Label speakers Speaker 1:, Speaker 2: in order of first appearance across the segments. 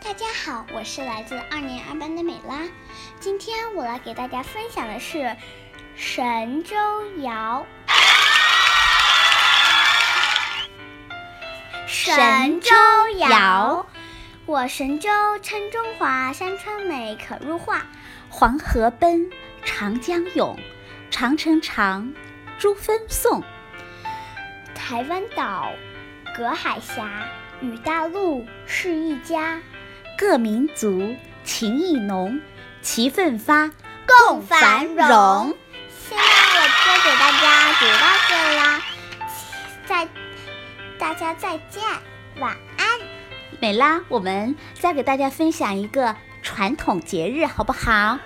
Speaker 1: 大家好，我是来自二年二班的美拉。今天我来给大家分享的是神州谣。
Speaker 2: 神州谣，
Speaker 1: 我神州称中华，山川美，可入画。
Speaker 2: 黄河奔，长江涌，长城长，珠峰颂。
Speaker 1: 台湾岛，隔海峡，与大陆是一家。
Speaker 2: 各民族情意浓，其奋发，
Speaker 1: 共繁荣。现在我就给大家读到这啦，再大家再见，晚安。
Speaker 2: 美拉，我们再给大家分享一个传统节日，好不好？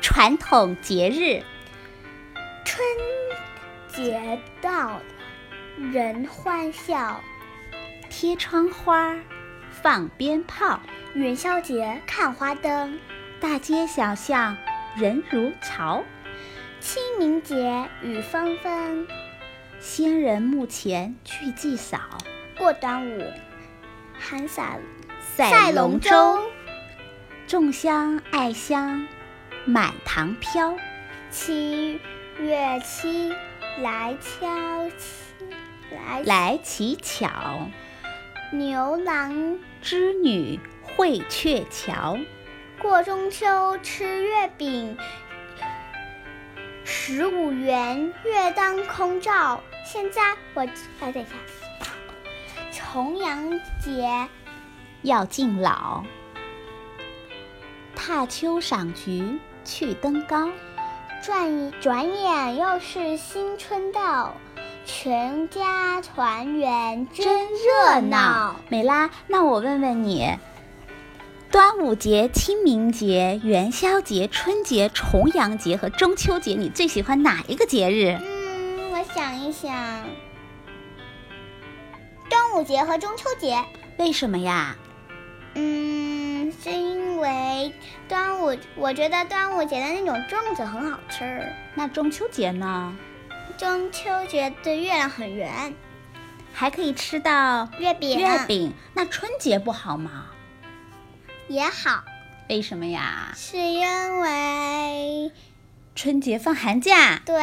Speaker 2: 传统节日，
Speaker 1: 春节到了，人欢笑，
Speaker 2: 贴窗花，放鞭炮，
Speaker 1: 元宵节看花灯，
Speaker 2: 大街小巷人如潮。
Speaker 1: 清明节雨纷纷，
Speaker 2: 仙人墓前去祭扫，
Speaker 1: 过端午，喊伞
Speaker 2: 赛龙舟，
Speaker 1: 舟，
Speaker 2: 众香爱香，满堂飘。
Speaker 1: 七月七来敲七来
Speaker 2: 来乞巧，
Speaker 1: 牛郎
Speaker 2: 织女会鹊桥。
Speaker 1: 过中秋吃月饼，十五元月当空照。现在我哎等一下，重阳节
Speaker 2: 要敬老。踏秋赏菊去登高，
Speaker 1: 转转眼又是新春到，全家团圆真热闹。。
Speaker 2: 美拉，那我问问你，端午节、清明节、元宵节、春节、重阳节和中秋节，你最喜欢哪一个节日？
Speaker 1: 嗯，我想一想，端午节和中秋节。
Speaker 2: 为什么呀？
Speaker 1: 嗯，是因为端午，我觉得端午节的那种粽子很好吃，
Speaker 2: 那中秋节呢？
Speaker 1: 中秋节的月亮很圆，
Speaker 2: 还可以吃到
Speaker 1: 月饼
Speaker 2: 月饼。那春节不好吗？
Speaker 1: 也好，
Speaker 2: 为什么呀？
Speaker 1: 是因为
Speaker 2: 春节放寒假，
Speaker 1: 对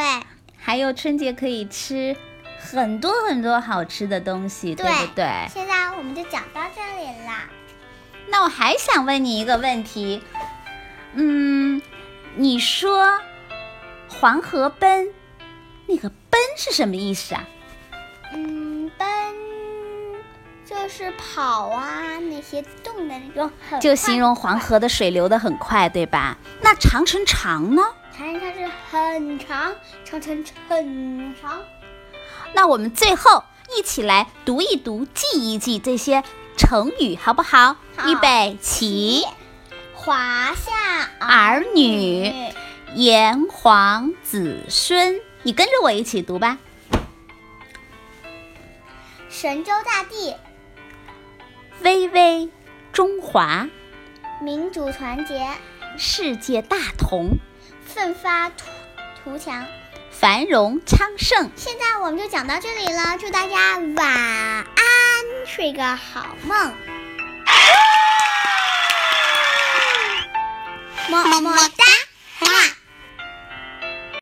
Speaker 2: 还有春节可以吃很多很多好吃的东西，对
Speaker 1: 对
Speaker 2: 不对？
Speaker 1: 现在我们就讲到这里啦。
Speaker 2: 那我还想问你一个问题，嗯，你说黄河奔，那个奔是什么意思啊？
Speaker 1: 嗯，奔就是跑啊，那些动的那种很
Speaker 2: 就形容黄河的水流得很快，对吧？那长城长呢？
Speaker 1: 长城它是很长，长城很长。
Speaker 2: 那我们最后一起来读一读、记一记这些成语，好不好？
Speaker 1: 好
Speaker 2: 预备起，
Speaker 1: 华夏
Speaker 2: 儿女。
Speaker 1: 女
Speaker 2: 炎黄子孙，你跟着我一起读吧。
Speaker 1: 神州大地，
Speaker 2: 巍巍中华，
Speaker 1: 民族团结，
Speaker 2: 世界大同，
Speaker 1: 奋发图图强。
Speaker 2: 繁荣昌盛。
Speaker 1: 现在我们就讲到这里了，祝大家晚安，睡个好梦。么么哒。